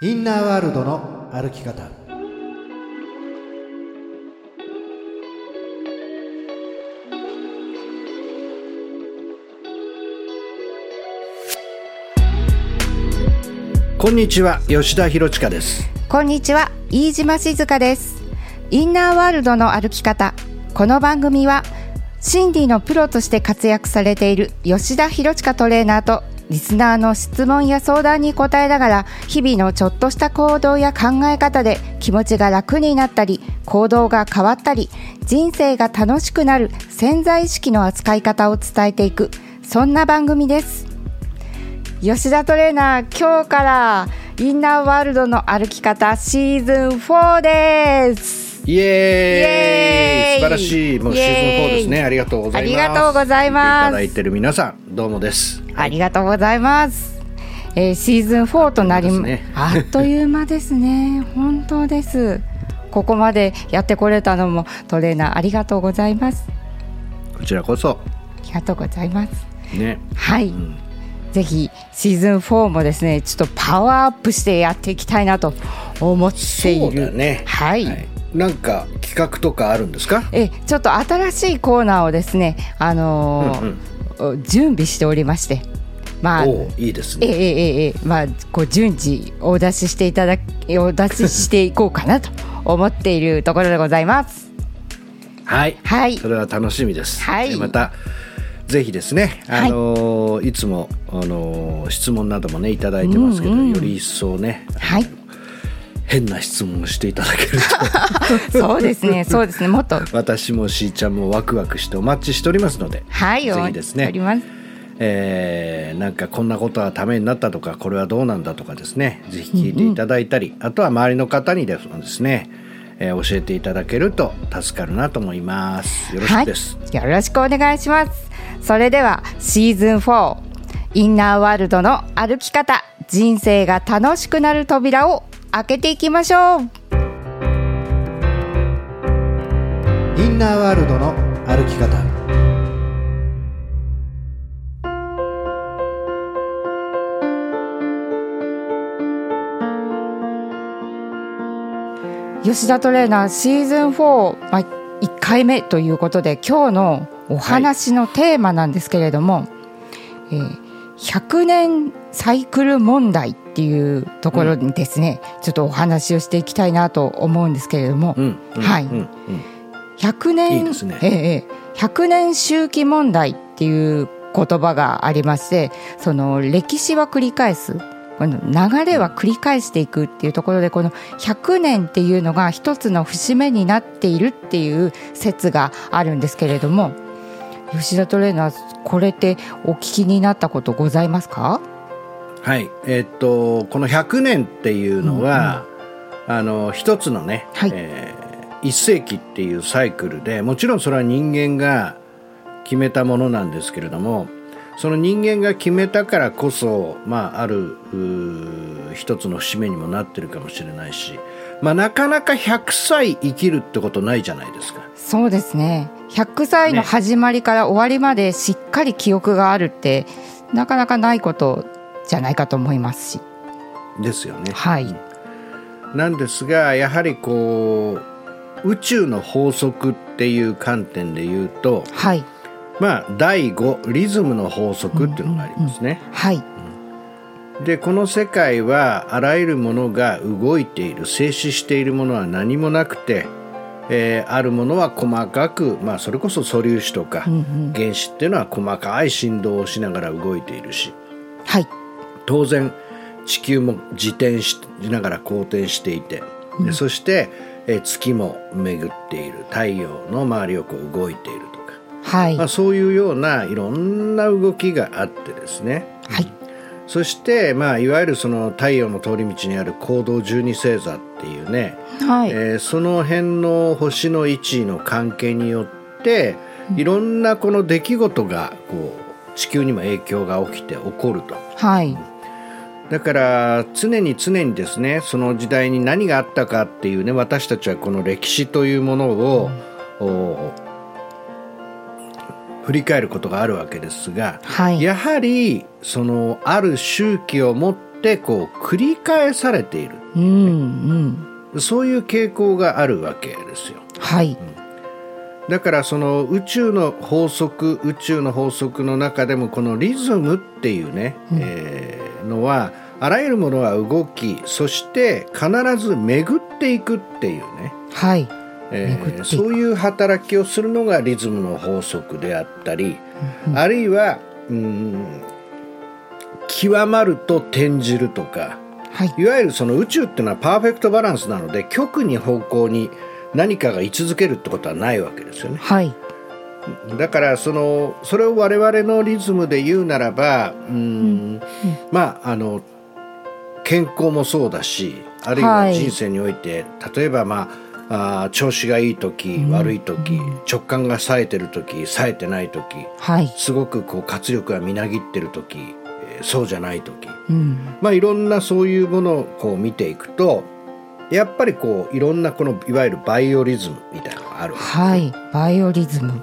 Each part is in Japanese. インナーワールドの歩き方こんにちは吉田博之ですこんにちは飯島静香ですインナーワールドの歩き方この番組はシンディのプロとして活躍されている吉田博親トレーナーとリスナーの質問や相談に答えながら日々のちょっとした行動や考え方で気持ちが楽になったり行動が変わったり人生が楽しくなる潜在意識の扱い方を伝えていくそんな番組です吉田トレーナー今日からインナーワールドの歩き方シーズン4ですイエーイイエーイ素晴らしいもうシーズン4ですイエねーイありがとうございますありがとうございます見ていただいてる皆さんどうもですありがとうございます。えーシーズン4となりまあっという間で すね。本当です。ここまでやってこれたのもトレーナーありがとうございます。こちらこそありがとうございます。ねはい。ぜひシーズン4もですね、ちょっとパワーアップしてやっていきたいなと思っている。そうだねはい。なんか企画とかあるんですかえちょっと新しいコーナーをですね、あのー準備しておりまして、まあおういいですええねええええまあこう順次お出ししていただきお出ししていこうかなと思っているところでございます。はいはいそれは楽しみです、はいでまたぜひですね、はあいのーい、つも、あのー質問などもねいただいてますけど、より一層ねはい、変な質問をしていただける そうで すね、そうですね、もっとと私もしーちゃんもワクワクしてお待ちしておりますので、はい、ぜおひですおりね、ます。えーなんかこんなことはためになったとかこれはどうなんだとかですねぜひ聞いていただいたり、あとは周りの方にですね、えー教えていただけると助かるなと思いますよろしはいくです、、よろしくお願いします。それではシーズン4インナーワールドの歩き方、人生が楽しくなる扉を開けていきましょう。インナーワールドの歩き方吉田トレーナーシーズン4、まあ、1回目ということで今日のお話のテーマなんですけれども、えー100年サイクル問題っていうところにですね、ちょっとお話をしていきたいなと思うんですけれども、うん、うんはいうんうん100いい年ですねええええ100年周期問題っていう言葉がありましてその歴史は繰り返すこの流れは繰り返していくっていうところでこの100年っていうのが一つの節目になっているっていう説があるんですけれども吉田トレーナーこれってお聞きになったことございますかはいえーっとこの100年っていうのは、あの一つのね、はいえー一世紀っていうサイクルでもちろんそれは人間が決めたものなんですけれどもその人間が決めたからこそ、まあ、あるうー一つの節目にもなってるかもしれないし、まあ、なかなか100歳生きるってことないじゃないですか。そうですね100歳の始まりから終わりまでしっかり記憶があるって、なかなかないことじゃないかと思いますしですよね。はいなんですがやはりこう宇宙の法則っていう観点で言うと、はいまあ、第5リズムの法則っていうのがありますね。はいでこの世界はあらゆるものが動いている静止しているものは何もなくて、えーあるものは細かく、まあ、それこそ素粒子とか原子っていうのは細かい振動をしながら動いているしはい当然地球も自転しながら公転していて、でそして、えー月も巡っている太陽の周りをこう動いているとか。はいまあ、そういうようないろんな動きがあってですねはいそして、まあ、いわゆるその太陽の通り道にある行動十二星座っていうね、はいえーその辺の星の位置の関係によっていろんなこの出来事がこう地球にも影響が起きて起こると。はいだから常に常にですねその時代に何があったかっていうね私たちはこの歴史というものを、お振り返ることがあるわけですが、はいやはりそのある周期をもってこう繰り返されているうんうんそういう傾向があるわけですよはいだからその宇宙の法則宇宙の法則の中でもこのリズムっていうね、えーのはあらゆるものは動きそして必ず巡っていくっていうね、はいえー巡っていくそういう働きをするのがリズムの法則であったり、あるいはうん極まると転じるとかはいいわゆるその宇宙っていうのはパーフェクトバランスなので極に方向に何かが居続けるってことはないわけですよね。はいだからそのそれを我々のリズムで言うならばうん、まああの健康もそうだしあるいははい人生において、例えばまああー調子がいい時悪い時、直感が冴えてる時冴えてない時はいすごくこう活力がみなぎってる時えーそうじゃない時うんまあいろんなそういうものをこう見ていくとやっぱりこういろんなこのいわゆるバイオリズムみたいなのがあるはいバイオリズム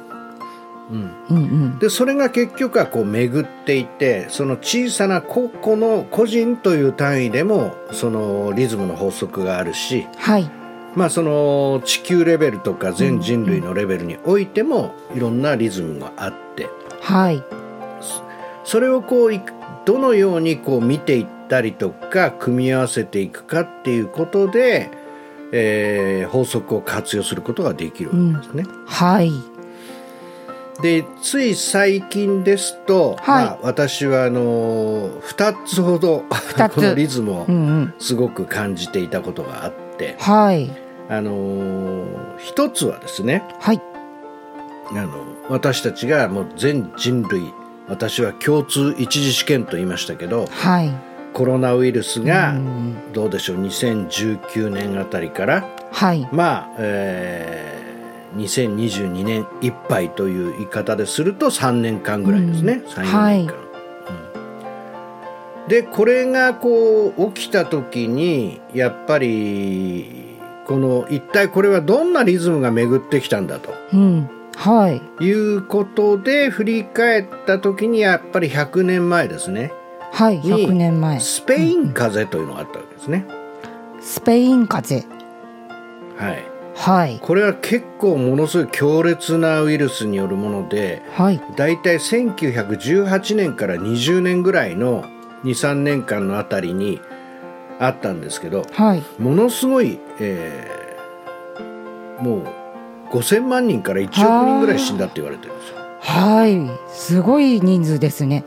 うんうんでそれが結局はこう巡っていてその小さな個々の個人という単位でもそのリズムの法則があるし、はいまあ、その地球レベルとか全人類のレベルにおいてもいろんなリズムがあってはいそれをこういどのようにこう見ていったりとか組み合わせていくかっていうことで、えー法則を活用することができるわけですね。はいでつい最近ですと、はいまあ、私はあの2つほど二つこ のリズムをうんうんすごく感じていたことがあって、はいあの1つはですねはいあの私たちがもう全人類私は共通一次試験と言いましたけどはいコロナウイルスがうんどうでしょう2019年あたりからはいまあ、えー2022年いっぱいという言い方ですると3年間ぐらいですね、うん3 4年間、うんでこれがこう起きた時にやっぱりこの一体これはどんなリズムが巡ってきたんだとうんはいいうことで振り返った時にやっぱり100年前ですねはいに100年前スペイン風邪というのがあったわけですね。スペイン風邪はいはいこれは結構ものすごい強烈なウイルスによるものではい大体1918年から20年ぐらいの23年間のあたりにあったんですけどはいものすごい、えーもう5000万人から1億人ぐらい死んだって言われてるんですよ。はいすごい人数ですね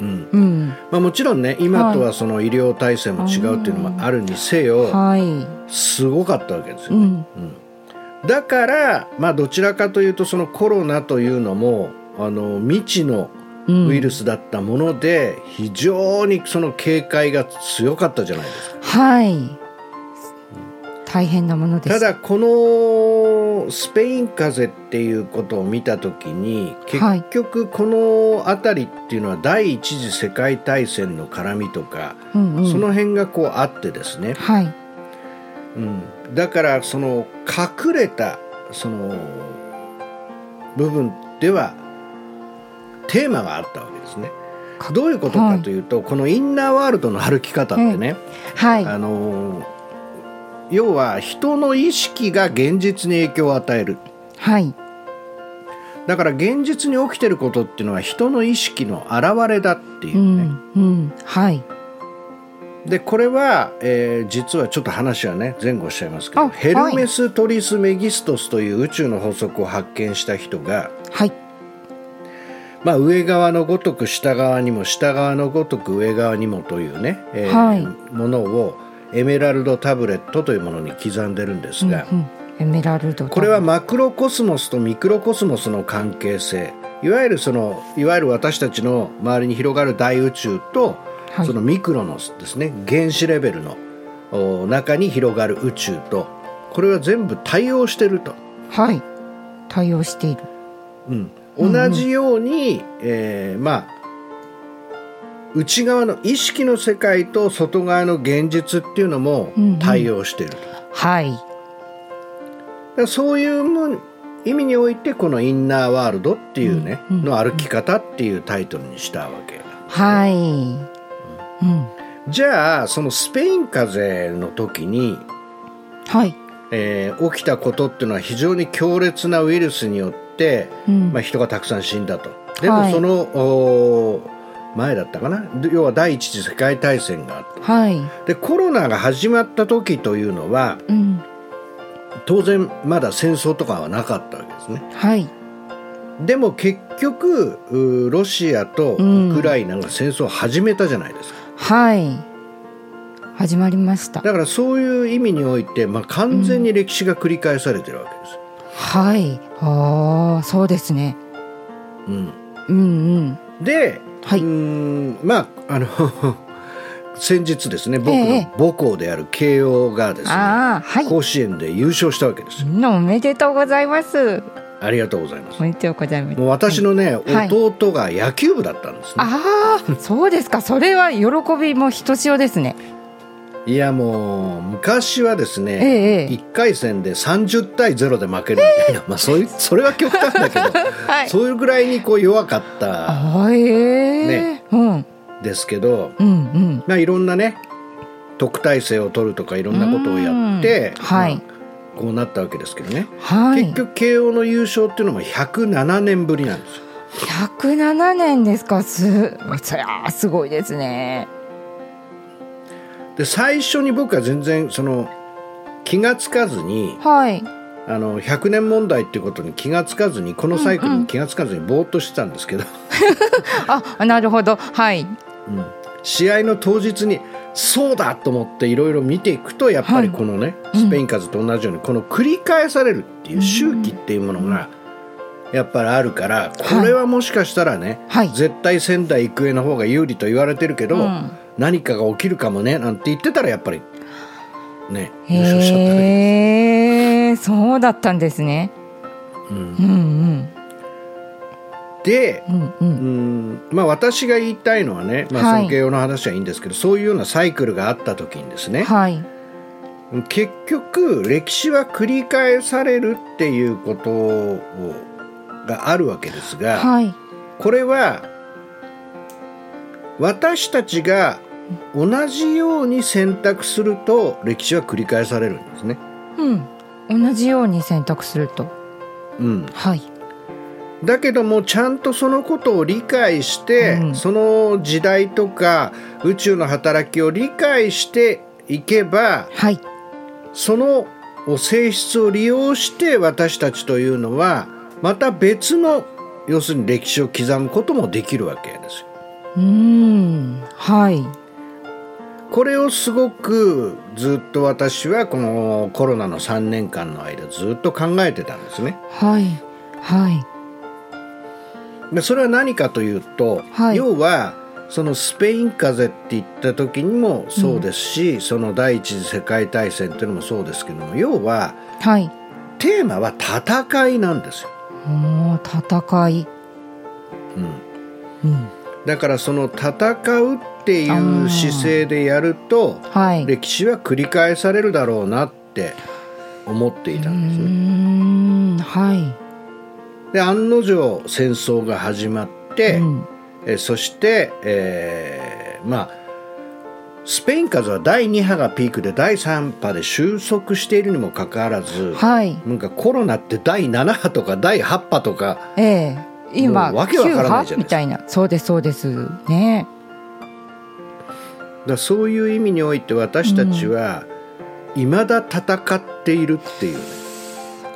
うんうんまあ、もちろんね今とはその医療体制も違うっていうのもあるにせよはいすごかったわけですよう。んだから、まあ、どちらかというとそのコロナというのもあの未知のうんウイルスだったもので、非常にその警戒が強かったじゃないですか。はい大変なものでたすだこのスペイン風邪っていうことを見た時にはい結局この辺りっていうのは第一次世界大戦の絡みとか、うんうんその辺がこうあってですね、はいうん、だからその隠れたその部分ではテーマがあったわけですね。かどういうことかというと、このインナーワールドの歩き方ってね、はいあのー要は人の意識が現実に影響を与えるはいだから現実に起きてることっていうのは人の意識の表れだっていううね、んうんはいでこれは、えー実はちょっと話はね前後しちゃいますけどあヘルメス・トリス・メギストスという宇宙の法則を発見した人が、はいまあ、上側のごとく下側にも下側のごとく上側にもというね、えーはいものをエメラルドタブレットというものに刻んでるんですが、うんエメラルドこれはマクロコスモスとミクロコスモスの関係性いわゆるそのいわゆる私たちの周りに広がる大宇宙と、はいそのミクロのですね原子レベルのお中に広がる宇宙とこれは全部対応してると、はい対応しているうん、同じように、えーまあ内側の意識の世界と外側の現実っていうのも対応していると。はいだからそういうもん意味においてこの「インナーワールド」っていうね、うんうんの歩き方っていうタイトルにしたわけだはいうんじゃあそのスペイン風邪の時に、はい。えー起きたことっていうのは非常に強烈なウイルスによって、うんまあ、人がたくさん死んだとでもはいその、おー前だったかなで要は第一次世界大戦があったはい。でコロナが始まった時というのはうん。当然まだ戦争とかはなかったわけですねはい。でも結局うーロシアとうんウクライナが戦争を始めたじゃないですか、はい。始まりました。だからそういう意味において、まあ、完全に歴史が繰り返されてるわけです、はい。ああ、そうですね。うんうんうん。で、はいうーんまああの 先日ですね僕えのえ母校である慶応がですね、ああ、はい。甲子園で優勝したわけですよみんなおめでとうございます。ありがとうございますおめでとうございます。もう私のね、はい弟が野球部だったんですね、ああ、そうですか。それは喜びもひとしおですね。い、やもう昔はですええね、ええ1回戦で30対0で負けるみたいな、まあ、そういうそれは極端だけど、 はい。そういうぐらいにこう弱かったああ、ええねうん。ですけど、うんうん。まあ、いろんなね特待生を取るとかいろんなことをやってうんはいまあこうなったわけですけどね、はい。結局慶応の優勝っていうのも107年ぶりなんですよ107年ですかすそりゃあすごいですねで最初に僕は全然その気がつかずにはいあの100年問題っていうことに気がつかずにこのサイクルに気がつかずにぼーっとしてたんですけど、あなるほどはいうん試合の当日にそうだと思っていろいろ見ていくとやっぱりこのね、スペイン風邪と同じようにこの繰り返されるっていう周期っていうものがやっぱりあるからこれはもしかしたらね、はい絶対仙台育英の方が有利と言われてるけど、うん何かが起きるかもねなんて言ってたらやっぱりね優勝しちゃったねへえそうだったんですねうんうんで、うんううんんまあ、私が言いたいのはね、まはあ、い尊敬用の話はいいんですけど、そういうようなサイクルがあった時にですね、はい結局歴史は繰り返されるっていうことをがあるわけですが、はいこれは私たちが同じように選択すると歴史は繰り返されるんですね。うん同じように選択するとうん、はいだけどもちゃんとそのことを理解して、うんその時代とか宇宙の働きを理解していけばはいその性質を利用して私たちというのはまた別の要するに歴史を刻むこともできるわけですよ。うーんはいこれをすごくずっと私はこのコロナの3年間の間ずっと考えてたんですね。はいはいでそれは何かというと、はい要はそのスペイン風邪って言った時にもそうですし、その第一次世界大戦っていうのもそうですけども要ははいテーマは戦いなんですよ。もう戦いうん、うん、だからその戦うっていう姿勢でやるとはい歴史は繰り返されるだろうなって思っていたんですうーね。んはいで案の定戦争が始まって、うんえそして、えーまあスペイン風邪は第2波がピークで第3波で収束しているにもかかわらず、はいなんかコロナって第7波とか第8波とかええ今もうわけわからないじゃないですか9みたいなそうですそうですねだからそういう意味において私たちは、未だ戦っているっていうね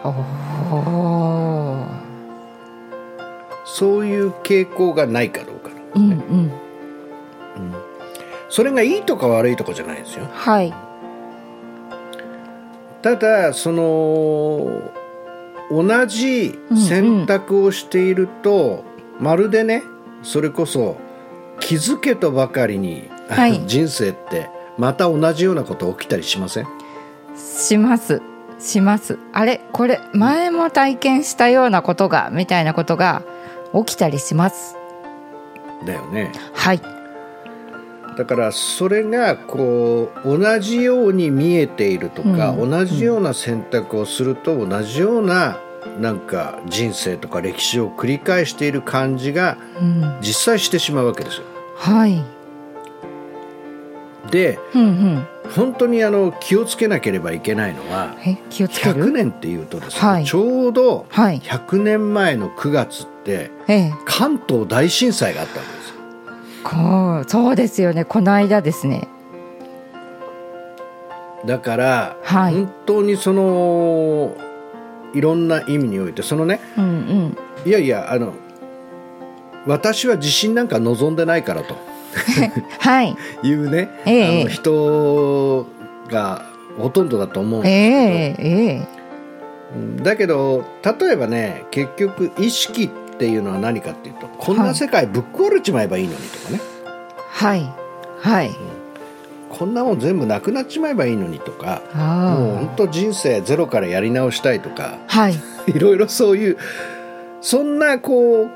おおそういう傾向がないかどうかなんでうすんね、うんそれがいいとか悪いとかじゃないですよはいただその同じ選択をしていると、まるでねそれこそ気づけとばかりに、あのはい人生ってまた同じようなこと起きたりしませんしますしますあれこれ前も体験したようなことがみたいなことが起きたりしますだよねはいだからそれがこう同じように見えているとか、う同じような選択をすると同じようななんか人生とか歴史を繰り返している感じがうん実際してしまうわけですよ。はいでうんうん。本当にあの気をつけなければいけないのはえ、気をつけ100る。年っていうとですね、はいちょうどはい100年前の9月ってええ、関東大震災があったんですよこう、そうですよね。この間ですね。だから、はい本当にそのいろんな意味においてそのねうんうん。いやいやあの私は地震なんか望んでないからと はい。いうね、ええあの人がほとんどだと思うんでえすえ、ええ。だけど例えばね結局意識っていうのは何かっていうとこんな世界ぶっ壊れちまえばいいのにとかね、はい。はい。こんなもん全部なくなっちまえばいいのにとかもうあ本当人生ゼロからやり直したいとかあ。はい。 いろいろそういうそんなこう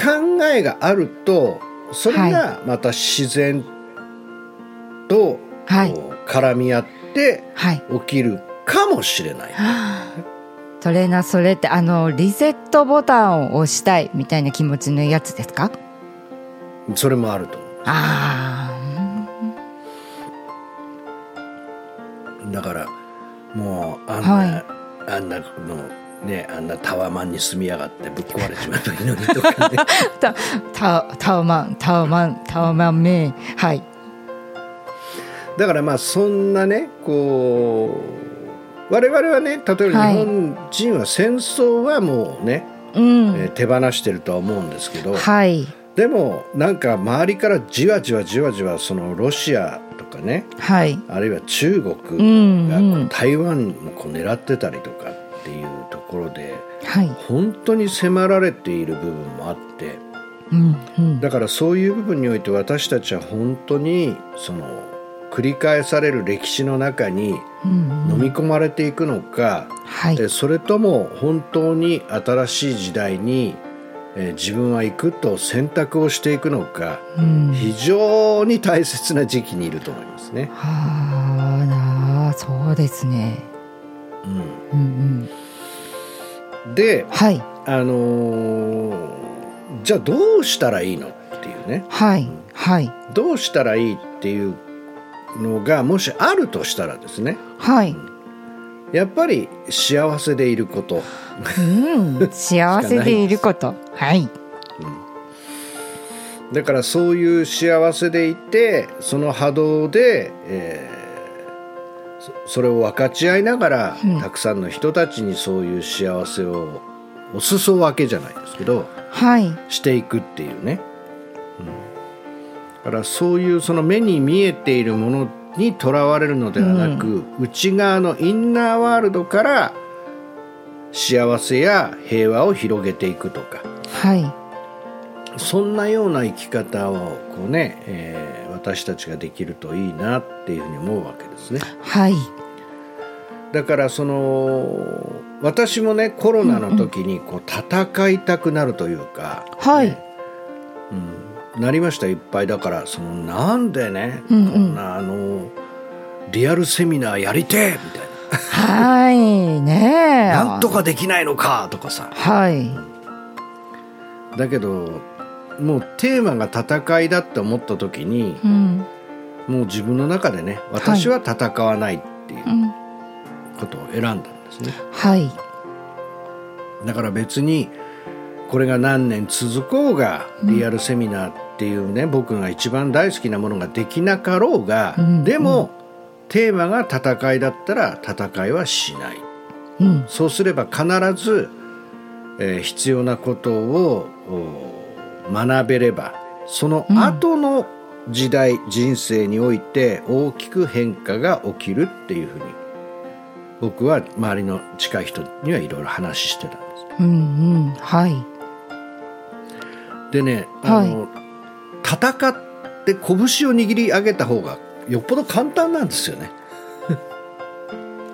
考えがあるとそれがまた自然とはいこう絡み合ってはい。起きるかもしれない。トレーナー、それって、あの、リセットボタンを押したいみたいな気持ちのやつですか。それもあると思あうだからもうあんな、はいあんなのねあんなタワマンに住みやがってぶっ壊れちまえばいいのにとか ねあ。た、た、タオマン、タオマン、タオマンメイン。はい。だからまあそんなねこう我々はね例えば日本人は戦争はもうね、うん。えー手放してるとは思うんですけど、はい。でもなんか周りからじわじわじわじわそのロシアとかねはい。あるいは中ん国がうこんう台湾もこう狙ってたりとかっていうところではい。本当に迫られている部分もあってうん。うん。だからそういう部分において私たちは本当にその繰り返される歴史の中にうん。飲み込まれていくのか、はい。えそれとも本当に新しい時代に、えー自分は行くと選択をしていくのかうん。非常に大切な時期にいると思いますね。はあなあそうですね。ううんうん。ん、で、はいあのーじゃあどうしたらいいのっていうねはいはいどうしたらいいっていうのがもしあるとしたらですねはい。やっぱり幸せでいること うん。幸せでいること。はい。だからそういう幸せでいてその波動で、えーそそれを分かち合いながら、うんたくさんの人たちにそういう幸せをお裾分けじゃないですけどはいしていくっていうね、うん、だからそういうその目に見えているものにとらわれるのではなく、内側のインナーワールドから幸せや平和を広げていくとか。はいそんなような生き方をこうね、えー私たちができるといいなっていうふうに思うわけですね。はいだからその私もねコロナの時にこう戦いたくなるというか、はいなりましたいっぱいだからそのなんでね、うんうんこんなあのリアルセミナーやりてえみたいはいねえ。ななんとかできないのかとかさはいだけどもうテーマが戦いだって思った時に、うんもう自分の中でね私は戦わないっていううんことを選んだんですね、はいだから別にこれが何年続こうがリアルセミナーっていうね、僕が一番大好きなものができなかろうが、うんでも、テーマが戦いだったら戦いはしないうんそうすれば必ず、えー必要なことをお学べればその後の時代、人生において大きく変化が起きるっていうふうに僕は周りの近い人にはいろいろ話してたんです。うんうんはいでねあの、戦って拳を握り上げた方がよっぽど簡単なんですよね。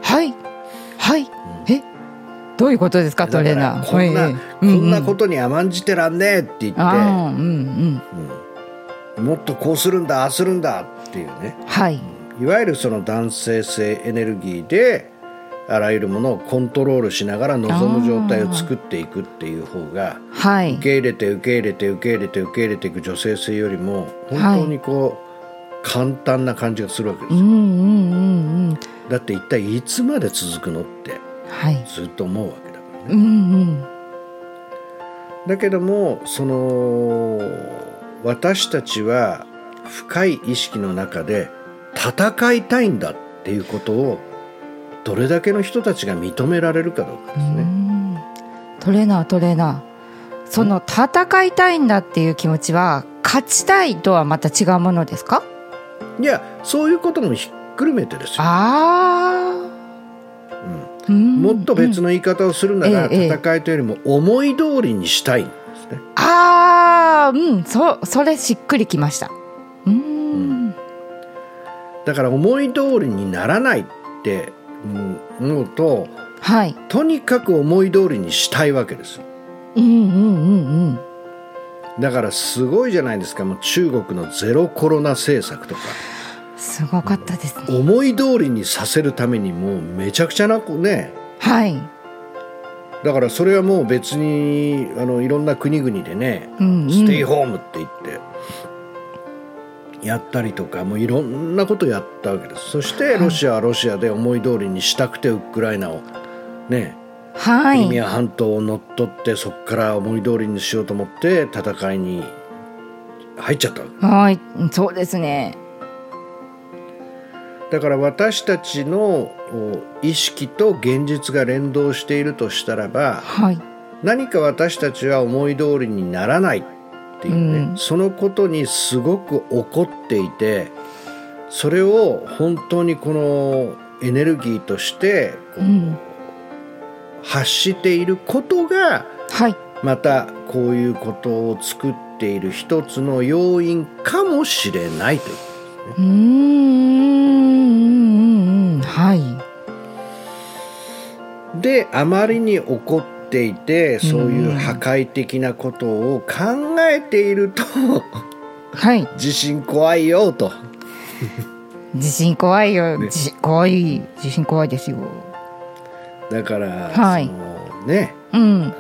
はいはいえどういうことですかトレーナだからー。こんな、はいこんなうことに甘んじてらんねえって言って。ああうんうんもっとこうするんだああするんだっていうねはいいわゆるその男性性エネルギーであらゆるものをコントロールしながら望む状態を作っていくっていう方がはい受け入れて受け入れて受け入れて受け入れていく女性性よりも本当にこう、簡単な感じがするわけですうんうよ、んうんうんだって一体いつまで続くのってはいずっと思うわけだからねうんうんだけどもその私たちは深い意識の中で戦いたいんだっていうことをどれだけの人たちが認められるかどうかですうね。んトレーナートレーナーその戦いたいんだっていう気持ちは勝ちたいとはまた違うものですかいやそういうこともひっくるめてですよ。ああ、ううんんもっと別の言い方をするなら、ええええ戦いというよりも思い通りにしたいんですね。ああうんそそれしっくりきましたうーんだから思い通りにならないってうん思うとはいとにかく思い通りにしたいわけですよ。うんうんうんうんだからすごいじゃないですかもう中国のゼロコロナ政策とかすごかったですね思い通りにさせるためにもうめちゃくちゃなこうねはいだからそれはもう別にあのいろんな国々でね、うんうんステイホームって言ってやったりとかもういろんなことやったわけですそしてロシアはロシアで思い通りにしたくてウクライナをねはクリミいア半島を乗っ取ってそこから思い通りにしようと思って戦いに入っちゃったわけはいそうですねだから私たちのお意識と現実が連動しているとしたらばはい何か私たちは思い通りにならないっていうね、うんそのことにすごく怒っていてそれを本当にこのエネルギーとしてこううん発していることがはいまたこういうことを作っている一つの要因かもしれないといううーんうんうんうんはいであまりに怒っていてそういううん破壊的なことを考えていると はい地震怖いよと地震怖いよ、ね地震怖い地震怖いですよだから、はいそのねうん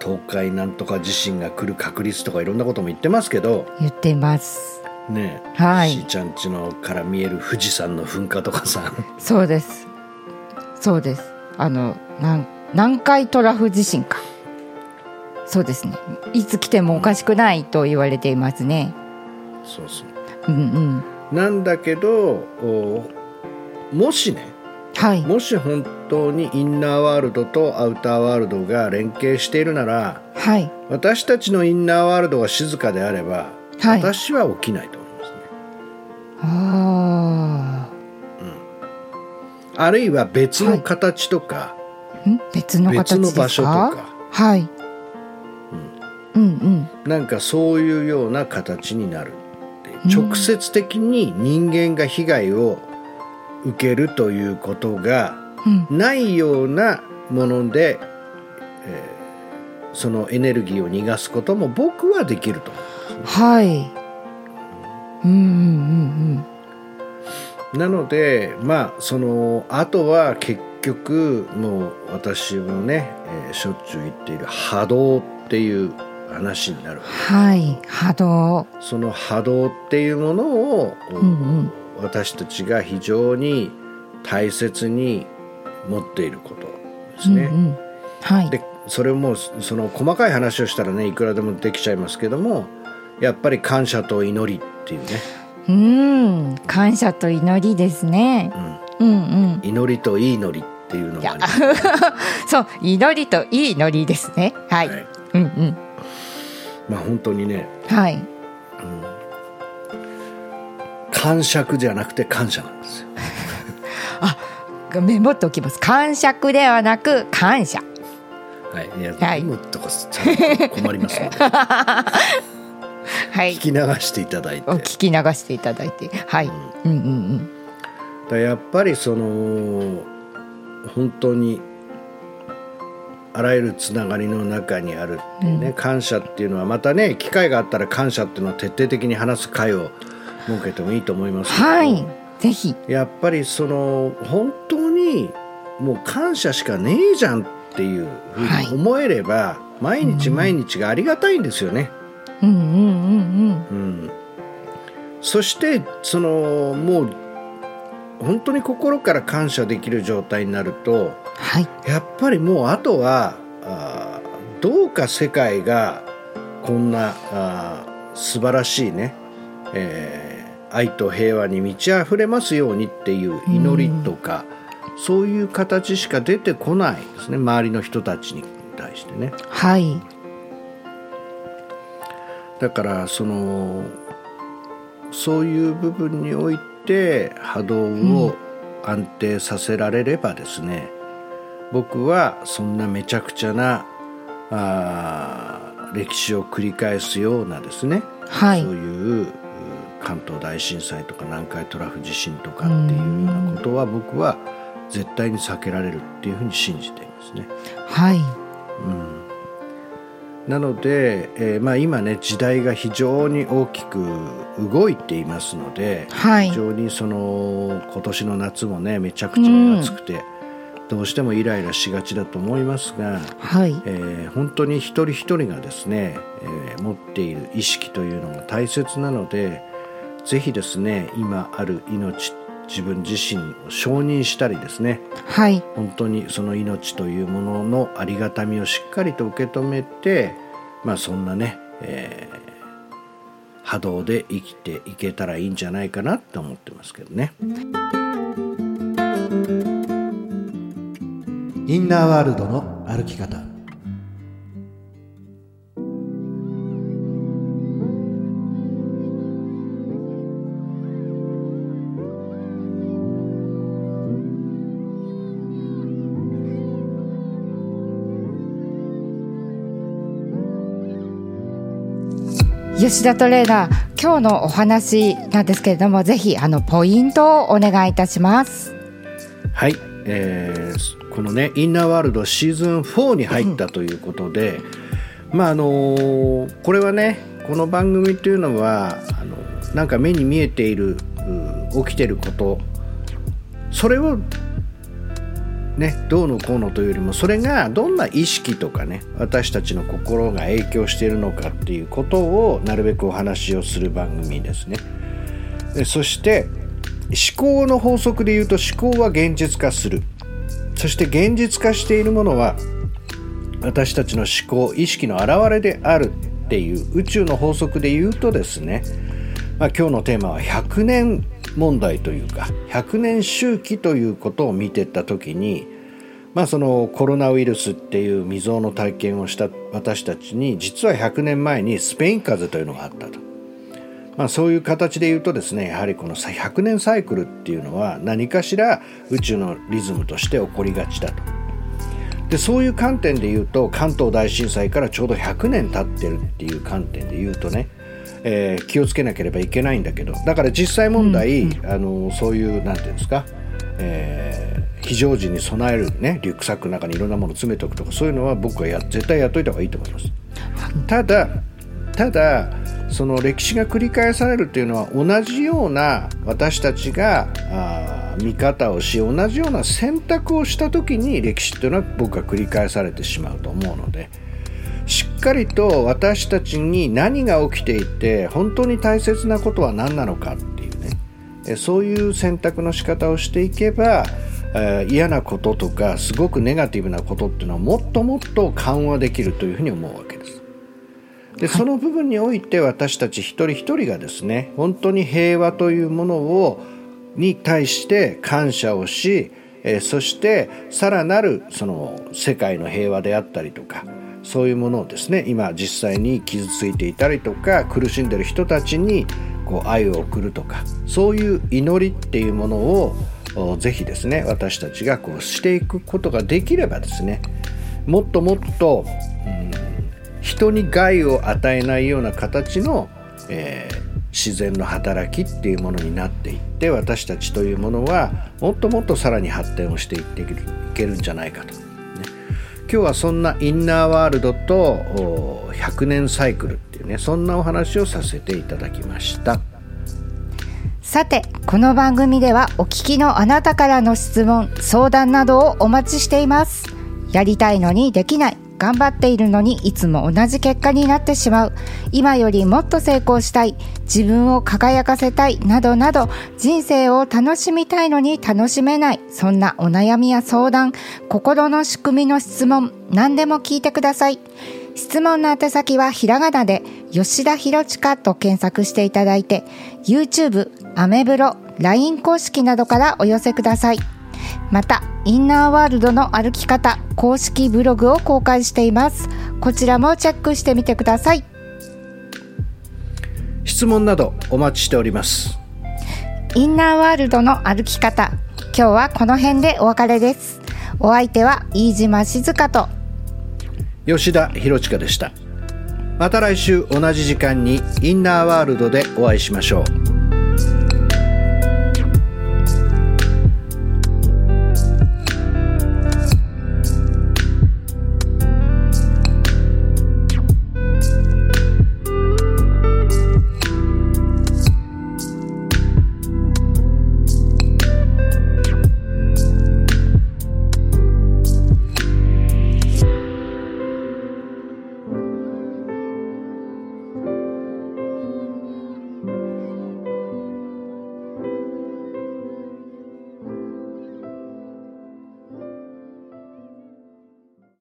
東海なんとか地震が来る確率とかいろんなことも言ってますけど言ってますねはいしーちゃんちのから見える富士山の噴火とかさ そうです。そうです。あの、なん、南海トラフ地震か。そうですね。いつ来てもおかしくないと言われていますね。そうそううんうん。なんだけどおもしねはい。もし本当にインナーワールドとアウターワールドが連携しているならはい。私たちのインナーワールドが静かであれば、はい私は起きないと思いますねああるいは別の形とか、あ。ん別の形別でのすか。場所とかはい。うんうん。なんかそういうような形になるって直接的に人間が被害を受けるということがうん。ないようなもので、えーそのエネルギーを逃がすことも僕はできると思はい。うんうんうなのでまあそのあとは結局もう私もね、えーしょっちゅう言っている波動っていう話になるうんうん。はい。波動。その波動っていうものを、んうん私たちが非常に大切に持っていることですね。うんうん。はい。でそれもその細かい話をしたらねいくらでもできちゃいますけどもやっぱり感謝と祈りっていうね、うん。感謝と祈りですね。うんうん。うん、祈りといい祈りっていうのがあります そう祈りといい祈りですねはい、はいうんうんまあ本当にねはい感触じゃなくて感謝なんですよ。メモっておきます感触ではなく感謝はい、いや、はいもうとかちゃんと困りますのではい聞き流していただいてお。聞き流していただいてはい、うん、うんうんだからやっぱりその本当にあらゆるつながりの中にあるっていうね、感謝っていうのはまたね機会があったら感謝っていうのを徹底的に話す会を設けてもいいと思いますけど、はいぜひやっぱりその本当にもう感謝しかねえじゃんっていうふうに思えれば、毎日毎日がありがたいんですよね。うんうんうんうんうん、そしてそのもう本当に心から感謝できる状態になるとはいやっぱりもうあとはあーどうか世界がこんなあー素晴らしいね、えー愛と平和に満ち溢れますようにっていう祈りとか、そういう形しか出てこないですね周りの人たちに対してね。はいだからそのそういう部分において波動を安定させられればですね、僕はそんなめちゃくちゃなあー歴史を繰り返すようなですね、はいそういうう関東大震災とか南海トラフ地震とかっていうようなことは僕は絶対に避けられるっていうふうに信じていますね。はいなので、えーまあ、今ね時代が非常に大きく動いていますので、はい非常にその今年の夏もねめちゃくちゃ暑くて、どうしてもイライラしがちだと思いますが、はいえー本当に一人一人がですね、えー持っている意識というのが大切なのでぜひですね今ある命自分自身を承認したりですねはい本当にその命というもののありがたみをしっかりと受け止めて、まあ、そんなね、えー波動で生きていけたらいいんじゃないかなって思ってますけどね。インナーワールドの歩き方吉田トレーナー今日のお話なんですけれどもぜひあのポイントをお願いいたしますはい、えーこのね「インナーワールド」シーズン4に入ったということで、まああのーこれはねこの番組というのはあのなんか目に見えているう起きてることそれをね、どうのこうのというよりもそれがどんな意識とかね私たちの心が影響しているのかっていうことをなるべくお話をする番組ですね。でそして思考の法則で言うと思考は現実化するそして現実化しているものは私たちの思考意識の表れであるっていう宇宙の法則で言うとですね、まあ、今日のテーマは100年問題というか100年周期ということを見てった時に、まあ、そのコロナウイルスっていう未曾有の体験をした私たちに実は100年前にスペイン風邪というのがあったと。まあ、そういう形で言うとですねやはりこのさ100年サイクルっていうのは何かしら宇宙のリズムとして起こりがちだと。でそういう観点で言うと関東大震災からちょうど100年経ってるっていう観点で言うとね、えー気をつけなければいけないんだけどだから実際問題、あのそういうなんていうんですか、えー非常時に備える、ね、リュックサックの中にいろんなもの詰めておくとかそういうのは僕はや絶対やっといた方がいいと思います。ただただその歴史が繰り返されるというのは同じような私たちがあー見方をし同じような選択をした時に歴史というのは僕は繰り返されてしまうと思うのでしっかりと私たちに何が起きていて本当に大切なことは何なのかっていうねえそういう選択の仕方をしていけば、えー嫌なこととかすごくネガティブなことっていうのはもっともっと緩和できるというふうに思うわけです。でその部分において私たち一人一人がですね本当に平和というものをに対して感謝をし、えーそしてさらなるその世界の平和であったりとかそういうものをですね今実際に傷ついていたりとか苦しんでる人たちにこう愛を送るとかそういう祈りっていうものをおぜひですね私たちがこうしていくことができればですねもっともっと、うん人に害を与えないような形の、えー自然の働きっていうものになっていって私たちというものはもっともっとさらに発展をしていっていけるいけるんじゃないかと、ね、今日はそんなインナーワールドとお100年サイクルっていうねそんなお話をさせていただきました。さてこの番組ではお聞きのあなたからの質問相談などをお待ちしていますやりたいのにできない頑張っているのにいつも同じ結果になってしまう今よりもっと成功したい自分を輝かせたいなどなど人生を楽しみたいのに楽しめないそんなお悩みや相談心の仕組みの質問何でも聞いてください質問の宛先はひらがなで吉田博親と検索していただいて YouTube、アメブロ、LINE 公式などからお寄せくださいまたインナーワールドの歩き方公式ブログを公開していますこちらもチェックしてみてください質問などお待ちしておりますインナーワールドの歩き方今日はこの辺でお別れですお相手は飯島静香と吉田博親でしたまた来週同じ時間にインナーワールドでお会いしましょう